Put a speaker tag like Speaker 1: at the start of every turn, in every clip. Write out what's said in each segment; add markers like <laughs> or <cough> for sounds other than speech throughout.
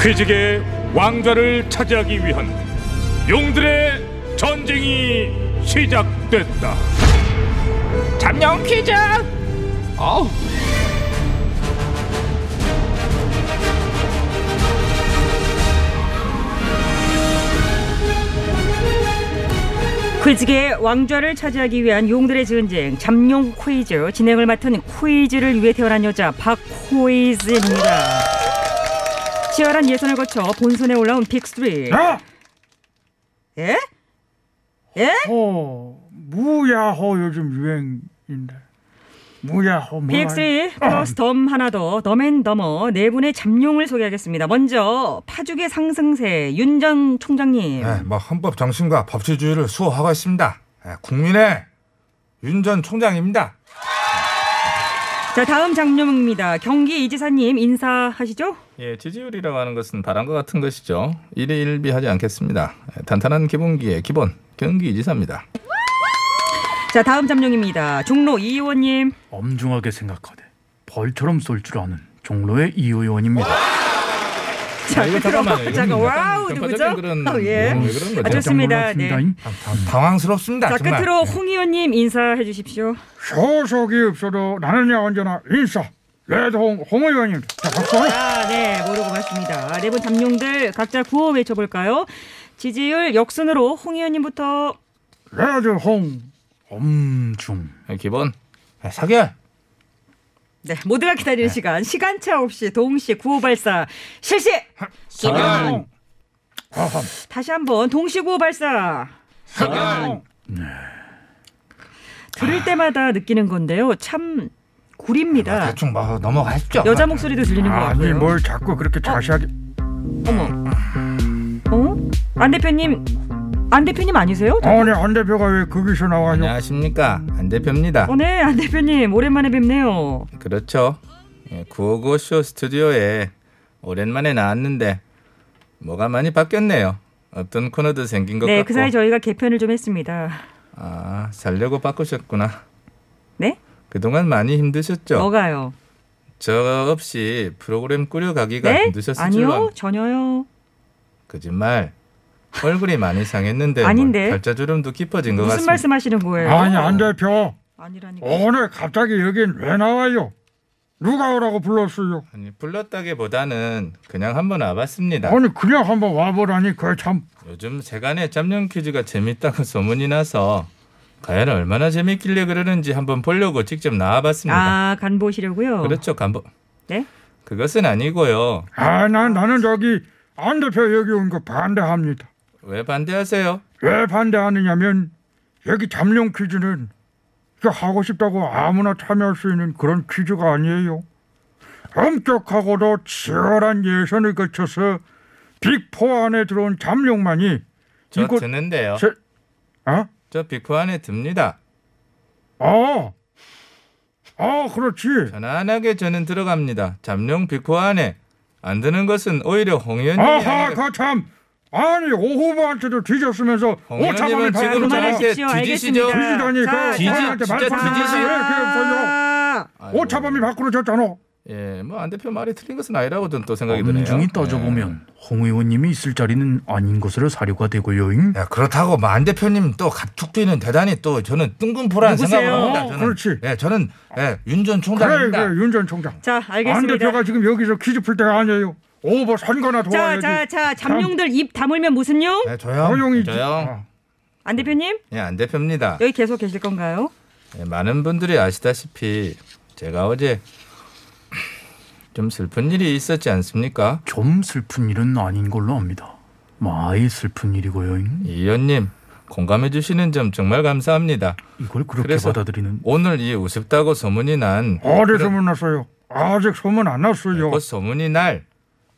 Speaker 1: 퀴직의 왕좌를 차지하기 위한 용들의 전쟁이 시작됐다.
Speaker 2: 잠룡 퀴즈 어우
Speaker 3: 퀴즈계의 왕좌를 차지하기 위한 용들의 전쟁 잠룡 퀴즈 진행을 맡은 퀴즈를 위해 태어난 여자 박퀴즈입니다. 치열한 예선을 거쳐 본선에 올라온 빅3.
Speaker 4: 야!
Speaker 3: 예? 예?
Speaker 4: 호 어, 무야호 요즘 유행인데 무야호 아, 뭐라
Speaker 3: 빅3 플러스 덤 하나 더, 덤앤 더머 네 분의 잠룡을 소개하겠습니다. 먼저 파죽의 상승세 윤 전 총장님.
Speaker 5: 예, 뭐 헌법 정신과 법치주의를 수호하고 있습니다. 예, 국민의 윤 전 총장입니다.
Speaker 3: 자 다음 잠룡입니다. 경기 이지사님 인사하시죠?
Speaker 2: 예, 지지율이라고 하는 것은 바람과 같은 것이죠. 일에 일비하지 않겠습니다. 예, 단단한 기본기의 기본 경기지사입니다.
Speaker 3: 자 다음 잠룡입니다. 종로 이 의원님.
Speaker 6: 엄중하게 생각하되 벌처럼 쏠 줄 아는 종로의 이 의원입니다.
Speaker 3: 아, 자,
Speaker 2: 아, 이거 잠깐만요.
Speaker 3: 그럼 잠깐
Speaker 2: 이건
Speaker 3: 와우
Speaker 2: 약간
Speaker 3: 누구죠?
Speaker 2: 변파적인 그런
Speaker 3: 어, 예.
Speaker 2: 뭐, 왜 그런 거죠?
Speaker 3: 아, 좋습니다.
Speaker 6: 깜짝
Speaker 3: 네.
Speaker 6: 놀랐습니다잉.
Speaker 5: 참, 참 당황스럽습니다.
Speaker 3: 자
Speaker 5: 정말.
Speaker 3: 끝으로 홍 의원님 인사해 주십시오.
Speaker 4: 소속이 없어도 나는야 언제나 인싸 레드홍 홍 의원입니다 자 박수
Speaker 3: 아, 네, 모르고 봤습니다. 네 분 잠룡들 각자 구호 외쳐볼까요? 지지율 역순으로 홍 의원님부터
Speaker 4: 레드홍
Speaker 6: 엄중
Speaker 2: 예, 기본
Speaker 5: 예, 서결
Speaker 3: 네 모두가 기다리는 시간 시간차 없이 동시에 구호 발사 실시.
Speaker 4: 서결
Speaker 3: 다시 한번 동시 구호 발사.
Speaker 4: 서결
Speaker 3: 들을 때마다 느끼는 건데요. 참
Speaker 2: 아,
Speaker 3: 구립니다.
Speaker 2: 네.
Speaker 5: 대충 뭐 넘어가십시오.
Speaker 3: 여자 목소리도 들리는 것
Speaker 4: 아니
Speaker 3: 같고요.
Speaker 4: 뭘 자꾸 그렇게 자세하게
Speaker 3: 어머. 어? 안 대표님, 안 대표님 아니세요?
Speaker 4: 아니 안 대표가 왜그 거기서 나와요
Speaker 2: 안녕하십니까 안 대표입니다.
Speaker 3: <laughs> 어, 네, 안 대표님 오랜만에 뵙네요.
Speaker 2: 그렇죠. 예, 955쇼 스튜디오에 오랜만에 나왔는데 뭐가 많이 바뀌었네요. 어떤 코너도 생긴 것
Speaker 3: 네,
Speaker 2: 같고
Speaker 3: 그 사이 저희가 개편을 좀 했습니다.
Speaker 2: 아 살려고 바꾸셨구나.
Speaker 3: 네?
Speaker 2: 그동안 많이 힘드셨죠?
Speaker 3: 뭐가요?
Speaker 2: 저 없이 프로그램 꾸려가기가
Speaker 3: 네?
Speaker 2: 힘드셨을
Speaker 3: 아니요,
Speaker 2: 줄은
Speaker 3: 전혀요.
Speaker 2: 거짓말. 얼굴이 많이 상했는데
Speaker 3: 아닌데.
Speaker 2: 뭐 발자주름도 깊어진 것
Speaker 3: 무슨
Speaker 2: 같습니다. 어?
Speaker 3: 말씀하시는 거예요?
Speaker 4: 아니 안 대표
Speaker 3: 아니라니까.
Speaker 4: 오늘 갑자기 여긴 왜 나와요 누가 오라고 불렀어요
Speaker 2: 아니 불렀다기보다는 그냥 한번
Speaker 3: 네.
Speaker 2: 와봤습니다.
Speaker 4: 아니 그냥 한번 와보라니 그참
Speaker 2: 요즘 세간에 짬룡 퀴즈가 재밌다고 <laughs> 소문이 나서 과연 얼마나 재밌길래 그러는지 한번 보려고 직접 나와봤습니다.
Speaker 3: 아, 간 보시려고요.
Speaker 2: 그렇죠, 간보.
Speaker 3: 네?
Speaker 2: 그것은 아니고요.
Speaker 4: 아, 난 나는 저기 안 대표 여기 온 거 반대합니다.
Speaker 2: 왜 반대하세요?
Speaker 4: 왜 반대하느냐면 여기 잠룡 퀴즈는 그 하고 싶다고 아무나 참여할 수 있는 그런 퀴즈가 아니에요. 엄격하고도 치열한 예선을 거쳐서 빅포 안에 들어온 잠룡만이
Speaker 2: 저
Speaker 4: 이곳-
Speaker 2: 드는데요.
Speaker 4: 제, 어?
Speaker 2: 저 비코 안에 듭니다.
Speaker 4: 어, 어, 그렇지.
Speaker 2: 편안하게 저는 들어갑니다. 잠룡 비코 안에 안 드는 것은 오히려 홍 의원님이
Speaker 4: 아하,
Speaker 2: 아니라
Speaker 4: 거참. 아니, 오 후보한테도 뒤졌으면서
Speaker 2: 홍 의원님은
Speaker 4: 오차범위
Speaker 3: 자,
Speaker 2: 지금
Speaker 4: 발언을 하잖아.
Speaker 2: 저한테
Speaker 3: 그만하십시오.
Speaker 2: 뒤지시죠.
Speaker 3: 알겠습니다.
Speaker 4: 뒤지다니,
Speaker 3: 자,
Speaker 4: 그
Speaker 2: 뒤지-
Speaker 4: 사람한테
Speaker 2: 진짜
Speaker 4: 말씀 안
Speaker 2: 뒤지시-
Speaker 4: 하잖아. 왜 그렇게 벌려?
Speaker 3: 아,
Speaker 2: 아이고.
Speaker 4: 오차범위 밖으로 졌잖아.
Speaker 2: 예, 뭐 안 대표 말이 틀린 것은 아니라고 저는 또 생각이 드네요.
Speaker 6: 엄중히
Speaker 2: 예.
Speaker 6: 따져보면 홍 의원님이 있을 자리는 아닌 것으로 사료가 되고요잉.
Speaker 5: 예, 그렇다고 뭐 안 대표님 또 갑툭튀는 대단히 또 저는 뜬금포라는
Speaker 3: 누구세요?
Speaker 5: 생각을 합니다.
Speaker 4: 어,
Speaker 5: 저는.
Speaker 4: 그렇지.
Speaker 5: 예, 저는 예, 윤 전
Speaker 4: 그래,
Speaker 5: 총장입니다.
Speaker 4: 그래, 윤 전 총장.
Speaker 3: 자,
Speaker 4: 안
Speaker 3: 알겠습니다.
Speaker 4: 대표가 지금 여기서 퀴즈 풀 때가 아니에요. 오버 선거나
Speaker 3: 자,
Speaker 4: 도와야지.
Speaker 3: 자, 자, 잠룡들 입 다물면 무슨 용?
Speaker 5: 예, 조용.
Speaker 4: 조용히.
Speaker 2: 아, 저요?
Speaker 3: 안 대표님
Speaker 2: 예, 안 대표입니다.
Speaker 3: 여기 계속 계실 건가요?
Speaker 2: 예, 많은 분들이 아시다시피 제가 어제 좀 슬픈 일이 있었지 않습니까?
Speaker 6: 좀 슬픈 일은 아닌 걸로 압니다. 많이 슬픈 일이고요잉.
Speaker 2: 이 의원님 공감해 주시는 점 정말 감사합니다.
Speaker 6: 이걸 그렇게
Speaker 2: 그래서-
Speaker 6: 받아들이는
Speaker 2: 오늘 이 우습다고 소문이 난
Speaker 4: 아, 어디 소문 났어요? 아직 소문 안 났어요.
Speaker 2: 곧그 소문이 날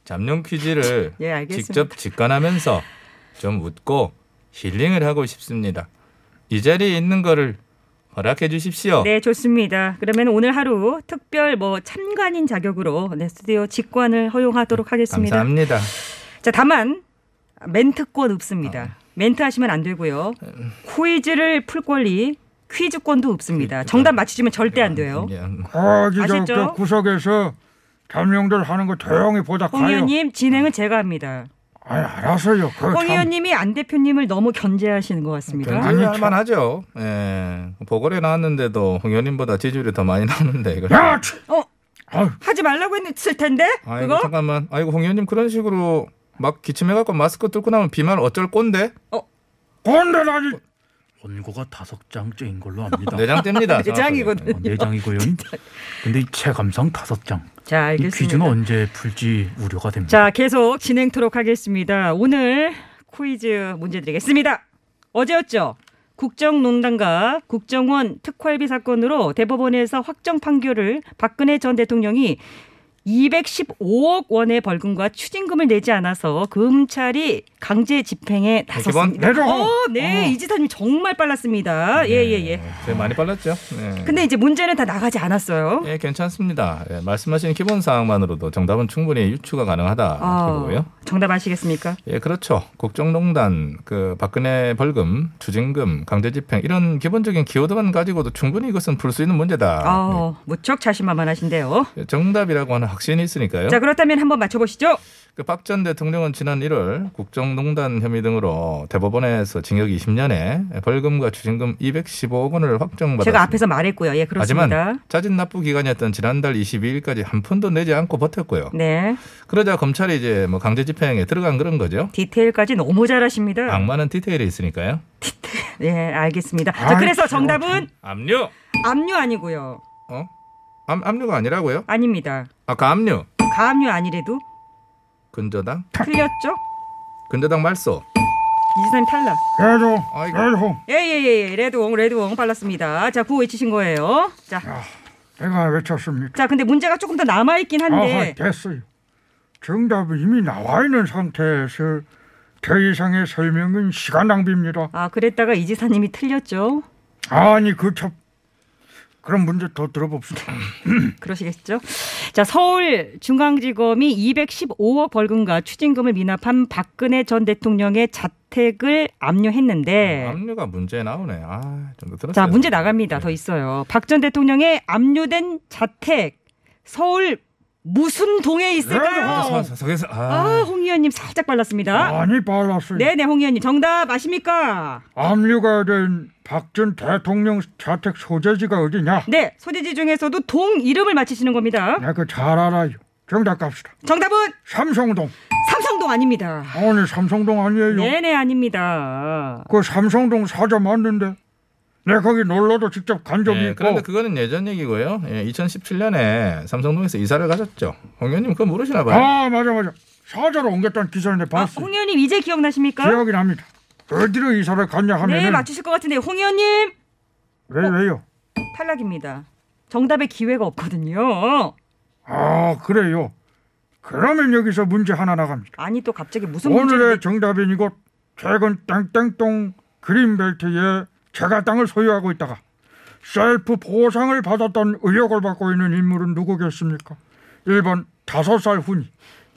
Speaker 2: 잠룡 퀴즈를
Speaker 3: <laughs> 예, 알겠습니다.
Speaker 2: 직접 직관하면서 좀 웃고 힐링을 하고 싶습니다. 이 자리에 있는 거를 허락해 주십시오.
Speaker 3: 네, 좋습니다. 그러면 오늘 하루 특별 뭐 참관인 자격으로 네, 스튜디오 직관을 허용하도록 하겠습니다.
Speaker 2: 감사합니다.
Speaker 3: 자, 다만 멘트권 없습니다. 멘트 하시면 안 되고요. 퀴즈를 풀 권리, 퀴즈권도 없습니다. 정답 맞히시면 절대 안 돼요.
Speaker 4: 아,
Speaker 2: 예, 음,
Speaker 4: 거기 저,
Speaker 3: 아시죠?
Speaker 4: 저 구석에서 잠룡들 하는 거 조용히 보다
Speaker 3: 홍
Speaker 4: 가요.
Speaker 3: 의원님 진행은 제가 합니다.
Speaker 4: 아니 알았어요. 그거
Speaker 3: 홍
Speaker 4: 참-
Speaker 3: 의원님이 안 대표님을 너무 견제하시는 것 같습니다.
Speaker 4: 견제-
Speaker 2: 견제할 만하죠. 예. 보궐에 나왔는데도 홍 의원님보다 지지율이 더 많이 나오는데 이거.
Speaker 4: 야, 치-
Speaker 3: 어
Speaker 4: 아유,
Speaker 3: 하지 말라고 했을 텐데
Speaker 2: 아이고
Speaker 3: 그거
Speaker 2: 잠깐만. 아이고 홍 의원님 그런 식으로 막 기침해갖고 마스크 뚫고 나면 비말 어쩔 건데?
Speaker 4: 건들 아니
Speaker 6: 원고가 다섯 장째인 걸로
Speaker 2: <laughs>
Speaker 6: 압니다.
Speaker 2: 내장
Speaker 3: <laughs>
Speaker 2: 뗍니다.
Speaker 3: 내장이거든요.
Speaker 2: 정확하게.
Speaker 6: 네 장이고요. 근데 이 체감상 다섯 장.
Speaker 3: 자
Speaker 6: 이
Speaker 3: 알겠습니다.
Speaker 6: 퀴즈는 언제 풀지 우려가 됩니다.
Speaker 3: 자 계속 진행토록 하겠습니다. 오늘 퀴즈 문제 드리겠습니다. 어제였죠. 국정농단과 국정원 특활비 사건으로 대법원에서 확정 판결을 박근혜 전 대통령이 215억 원의 벌금과 추징금을 내지 않아서 검찰이 강제 집행에 나섰습니다.
Speaker 4: 내려.
Speaker 3: 어, 네, 이지사님 정말 빨랐습니다. 예, 예, 예.
Speaker 2: 되게 많이 빨랐죠. 네.
Speaker 3: 근데 이제 문제는 다 나가지 않았어요.
Speaker 2: 예, 괜찮습니다. 예, 말씀하신 기본 사항만으로도 정답은 충분히 유추가 가능하다
Speaker 3: 아,
Speaker 2: 그거고요.
Speaker 3: 정답 아시겠습니까?
Speaker 2: 예, 그렇죠. 국정농단, 그 박근혜 벌금, 추징금, 강제집행 이런 기본적인 키워드만 가지고도 충분히 이것은 풀 수 있는 문제다.
Speaker 3: 아, 무척 자신만만하신데요.
Speaker 2: 예, 정답이라고 하는 확신이 있으니까요. 그
Speaker 3: 자, 그렇다면 한번 맞춰보시죠.
Speaker 2: 박 전 대통령은 지난 1월 국정농단 혐의 등으로 대법원에서 징역 20년에 벌금과 추징금 215억 원을 확정받았습니다.
Speaker 3: 제가 앞에서 말했고요. 예, 그렇습니다.
Speaker 2: 하지만 짜진 납부 기간이었던 지난달 22일까지 한 푼도 내지 않고 버텼고요.
Speaker 3: 네,
Speaker 2: 그러자 검찰이 이제 뭐 강제 집행에 들어간 그런 거죠.
Speaker 3: 디테일까지 너무 잘하십니다.
Speaker 2: 악마는 디테일이 있으니까요.
Speaker 3: 네, 알겠습니다. 자, 그래서 정답은
Speaker 2: 압류.
Speaker 3: 압류 아니고요.
Speaker 2: 어? 압, 압류가 아니라고요?
Speaker 3: 아닙니다.
Speaker 2: 아까 압류.
Speaker 3: 가압류 아니래도
Speaker 2: 근저당?
Speaker 3: 틀렸죠?
Speaker 2: 근저당 말소.
Speaker 3: 이지사님 탈락.
Speaker 4: 내려,
Speaker 2: 아이고.
Speaker 4: 내려.
Speaker 3: 예, 예, 예, 예. 레드옹, 레드옹 빨랐습니다. 자, 구호 외치신 거예요. 자,
Speaker 4: 내가 외쳤습니까?
Speaker 3: 자, 근데 문제가 조금 더 남아있긴
Speaker 4: 아하,
Speaker 3: 한데.
Speaker 4: 됐어요. 정답이 이미 나와 있는 상태에서 더 이상의 설명은 시간 낭비입니다.
Speaker 3: 아, 그랬다가 이지사님이 틀렸죠?
Speaker 4: 아니 그참 그런 문제 더 들어봅시다.
Speaker 3: 그러시겠죠? 자, 서울중앙지검이 215억 벌금과 추징금을 미납한 박근혜 전 대통령의 자택을 압류했는데
Speaker 4: 네,
Speaker 2: 압류가 문제 나오네. 아, 좀 더 들었어요.
Speaker 3: 네. 자, 문제 나갑니다. 더 있어요. 박 전 대통령의 압류된 자택 서울 무슨 동에
Speaker 4: 네,
Speaker 3: 있을까요?
Speaker 2: 사석에서
Speaker 3: 아,
Speaker 2: 아.
Speaker 3: 홍 의원님 살짝 빨랐습니다.
Speaker 4: 많이 빨랐어요.
Speaker 3: 아? 네, 네, 홍 의원님 정답 아십니까?
Speaker 4: 압류가 된 박 전 대통령 자택 소재지가 어디냐?
Speaker 3: 네, 소재지 중에서도 동 이름을 맞히시는 겁니다.
Speaker 4: 내가 그거 잘 알아요. 정답 갑시다.
Speaker 3: 정답은
Speaker 4: 삼성동.
Speaker 3: 삼성동 아닙니다.
Speaker 4: 아니 삼성동 아니에요.
Speaker 3: 네, 네, 아닙니다.
Speaker 4: 그 삼성동 사자 맞는데 내가 거기 놀러도 직접 간 적이
Speaker 2: 예,
Speaker 4: 있고
Speaker 2: 그런데 그거는 예전 얘기고요. 예, 2017년에 삼성동에서 이사를 가셨죠. 홍 의원님 그거 모르시나 봐요.
Speaker 3: 어,
Speaker 4: 아 맞아 맞아 사자로 옮겼다는 기사를 내가
Speaker 3: 아,
Speaker 4: 봤어요.
Speaker 3: 홍 의원님 이제 기억나십니까?
Speaker 4: 기억이 납니다. 어디로 이사를 갔냐 하면은
Speaker 3: 네, 맞추실 것 같은데 홍 의원님
Speaker 4: 왜 왜요?
Speaker 3: 탈락입니다. 정답의 기회가 없거든요.
Speaker 4: 아 그래요. 그러면 여기서 문제 하나 나갑니다.
Speaker 3: 아니 또 갑자기 무슨 문제?
Speaker 4: 오늘의 정답인 이곳 최근 땡땡동 그린벨트에 제가 땅을 소유하고 있다가 셀프 보상을 받았던 의혹을 받고 있는 인물은 누구겠습니까? 1번 다섯 살 훈이,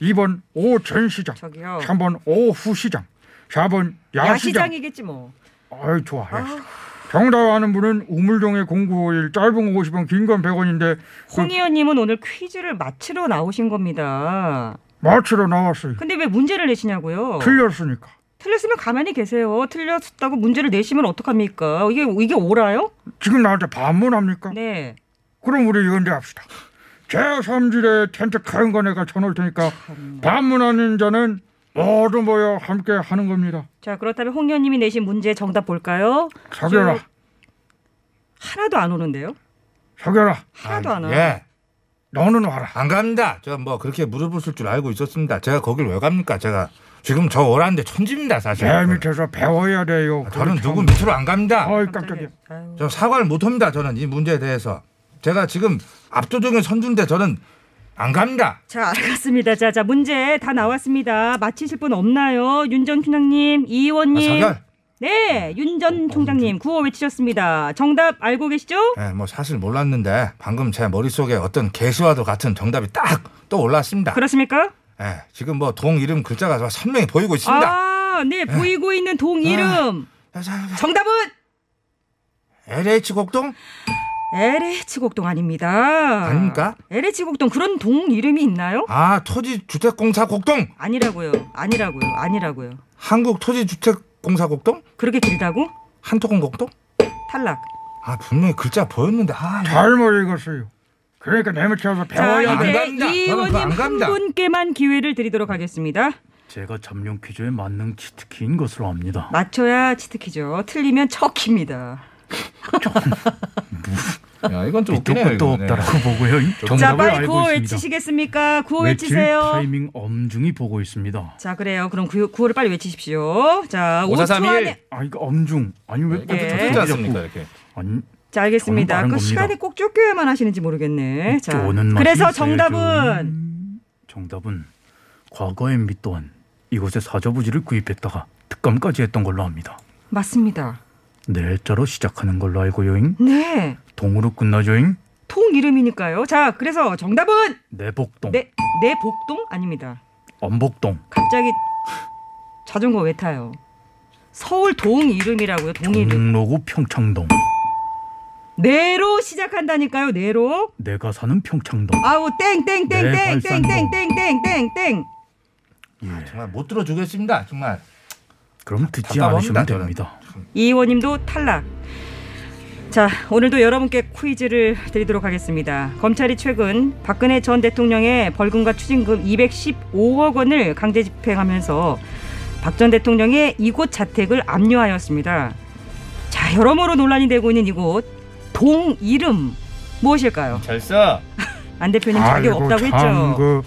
Speaker 4: 2번 오전 시장,
Speaker 3: 저기요.
Speaker 4: 3번 오후 시장, 4번 야시장.
Speaker 3: 야시장이겠지 뭐.
Speaker 4: 아유 좋아. 정답 아는 분은 우물동의 0951 짧은 50원 긴 건 100원인데
Speaker 3: 홍 의원님은 오늘 퀴즈를 맞히러 나오신 겁니다.
Speaker 4: 맞추러 나왔어요.
Speaker 3: 근데 왜 문제를 내시냐고요?
Speaker 4: 틀렸으니까.
Speaker 3: 틀렸으면 가만히 계세요. 틀렸다고 문제를 내시면 어떡합니까? 이게 이게 오라요?
Speaker 4: 지금 나한테 반문합니까?
Speaker 3: 네.
Speaker 4: 그럼 우리 연대합시다. 제3질의 텐트 큰 거 내가 쳐놓을 테니까 반문하는 자는 모두 모여 함께 하는 겁니다.
Speaker 3: 자 그렇다면 홍 의원님이 내신 문제 정답 볼까요?
Speaker 4: 사겨라.
Speaker 3: 쭉. 하나도 안 오는데요?
Speaker 4: 사겨라.
Speaker 3: 하나도
Speaker 2: 아,
Speaker 3: 안 와요.
Speaker 5: 예.
Speaker 4: 너는 와라.
Speaker 5: 안 갑니다. 제가 뭐 그렇게 물어보실 줄 알고 있었습니다. 제가 거길 왜 갑니까? 제가 지금 저 오란데 천지입니다, 사실.
Speaker 4: 내 밑에서 배워야 돼요.
Speaker 5: 네. 아, 저는
Speaker 4: 그게 네, 참- 어,
Speaker 5: 누구 밑으로 안 갑니다.
Speaker 4: 아이 깜짝이야.
Speaker 3: 아유.
Speaker 5: 저 사과를 못 합니다. 저는 이 문제에 대해서 제가 지금 압도적인 선두인데 저는 안 갑니다.
Speaker 3: 자, 알겠습니다. 자, 자, 문제 다 나왔습니다. 맞히실 분 없나요? 윤 전 총장님, 이
Speaker 5: 아,
Speaker 3: 의원님.
Speaker 5: 사결.
Speaker 3: 네, 윤 전 총장님 구호 외치셨습니다. 정답 알고 계시죠?
Speaker 5: 예, 뭐 사실 몰랐는데 방금 제 머릿속에 어떤 개수와도 같은 정답이 딱 또 올라왔습니다.
Speaker 3: 그렇습니까?
Speaker 5: 예, 지금 뭐 동 이름 글자가 선명히 보이고 있습니다.
Speaker 3: 아, 네, 보이고 있는
Speaker 5: 아.
Speaker 3: 동 이름.
Speaker 5: 자, 자, 자,
Speaker 3: 정답은
Speaker 5: LH 곡동?
Speaker 3: LH 곡동 아닙니다.
Speaker 5: 아닙니까?
Speaker 3: LH 곡동 그런 동 이름이 있나요?
Speaker 5: 아 토지주택공사 곡동
Speaker 3: 아니라고요. 아니라고요. 아니라고요.
Speaker 5: 한국 토지주택공사 곡동
Speaker 3: 그렇게 길다고?
Speaker 5: 한토공 곡동
Speaker 3: 탈락.
Speaker 5: 아 분명히 글자 보였는데 아
Speaker 4: 잘못 읽었어요. 그러니까 내묻혀서
Speaker 3: 자,
Speaker 4: 배워야
Speaker 5: 안
Speaker 3: 이제
Speaker 5: 갑니다.
Speaker 3: 이
Speaker 5: 저는 그거 안
Speaker 3: 의원님 한
Speaker 5: 갑니다.
Speaker 3: 분께만 기회를 드리도록 하겠습니다.
Speaker 6: 제가 잠룡 퀴즈의 만능 치트키인 것으로 압니다.
Speaker 3: 맞춰야 치트키죠. 틀리면 척입니다.
Speaker 2: 야, 이건 좀
Speaker 6: 밑도
Speaker 2: 웃기네요.
Speaker 6: 끝도
Speaker 2: 이거는.
Speaker 6: 없다라고 보고요.
Speaker 3: 자,
Speaker 6: 정답을
Speaker 3: 빨리
Speaker 6: 알고
Speaker 3: 구호
Speaker 6: 있습니다.
Speaker 3: 외치시겠습니까? 구호
Speaker 6: 외칠
Speaker 3: 외치세요.
Speaker 6: 타이밍 엄중히 보고 있습니다.
Speaker 3: 자, 그래요. 그럼 구, 구호를 빨리 외치십시오. 자, 5초
Speaker 2: 5431.
Speaker 3: 안에.
Speaker 6: 아 이거 엄중 아니 왜
Speaker 2: 이렇게 좀
Speaker 3: 네.
Speaker 2: 틀리지
Speaker 6: 자꾸-
Speaker 2: 않습니까 이렇게.
Speaker 6: 아니
Speaker 3: 자, 알겠습니다. 그
Speaker 6: 저는 빠른
Speaker 3: 시간이
Speaker 6: 겁니다.
Speaker 3: 꼭 쫓겨야만 하시는지 모르겠네. 자,
Speaker 6: 쫓겨오는 맛이
Speaker 3: 그래서
Speaker 6: 있어요,
Speaker 3: 정답은
Speaker 6: 정답은 과거의 미 또한 이곳에 사저부지를 구입했다가 특감까지 했던 걸로 합니다.
Speaker 3: 맞습니다.
Speaker 6: 넬자로 시작하는 걸로 알고요잉
Speaker 3: 네,
Speaker 6: 동으로 끝나죠잉
Speaker 3: 통 이름이니까요. 자, 그래서 정답은
Speaker 6: 내복동
Speaker 3: 내, 내 복동 아닙니다.
Speaker 6: 엄복동
Speaker 3: 갑자기 자전거 왜 타요? 서울 동 이름이라고요. 동 이름.
Speaker 6: 종로구 평창동
Speaker 3: 내로 시작한다니까요. 내로.
Speaker 6: 내가 사는 평창동
Speaker 3: 아우
Speaker 4: 네,
Speaker 3: 땡땡땡땡땡땡땡땡땡땡.
Speaker 6: 예.
Speaker 2: 정말 못 들어주겠습니다. 정말.
Speaker 6: 그럼 듣지
Speaker 2: 답답합니다,
Speaker 6: 않으시면
Speaker 2: 저는.
Speaker 6: 됩니다.
Speaker 3: 이 의원님도 탈락. 자, 오늘도 여러분께 퀴즈를 드리도록 하겠습니다. 검찰이 최근 박근혜 전 대통령의 벌금과 추징금 215억 원을 강제 집행하면서 박 전 대통령의 이곳 자택을 압류하였습니다. 자, 여러모로 논란이 되고 있는 이곳 동 이름 무엇일까요?
Speaker 2: 잘 써.
Speaker 3: 안 대표님 자격
Speaker 4: 아이고
Speaker 3: 없다고 했죠.
Speaker 4: 참그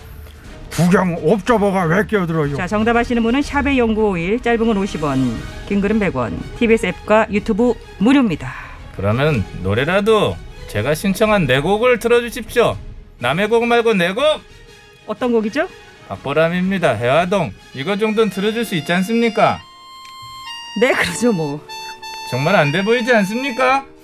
Speaker 4: 구경 옵저버가 왜 끼어들어요?
Speaker 3: 자 정답하시는 분은 샵의 0951 짧은 건 50원 긴 글은 100원 TBS 앱과 유튜브 무료입니다
Speaker 2: 그러면 노래라도 제가 신청한 내 곡을 들어주십시오. 남의 곡 말고 내 곡.
Speaker 3: 어떤 곡이죠?
Speaker 2: 박보람입니다. 해화동. 이거 정도는 들어줄 수 있지 않습니까?
Speaker 3: 네 그러죠 뭐
Speaker 2: 정말 안 돼 보이지 않습니까?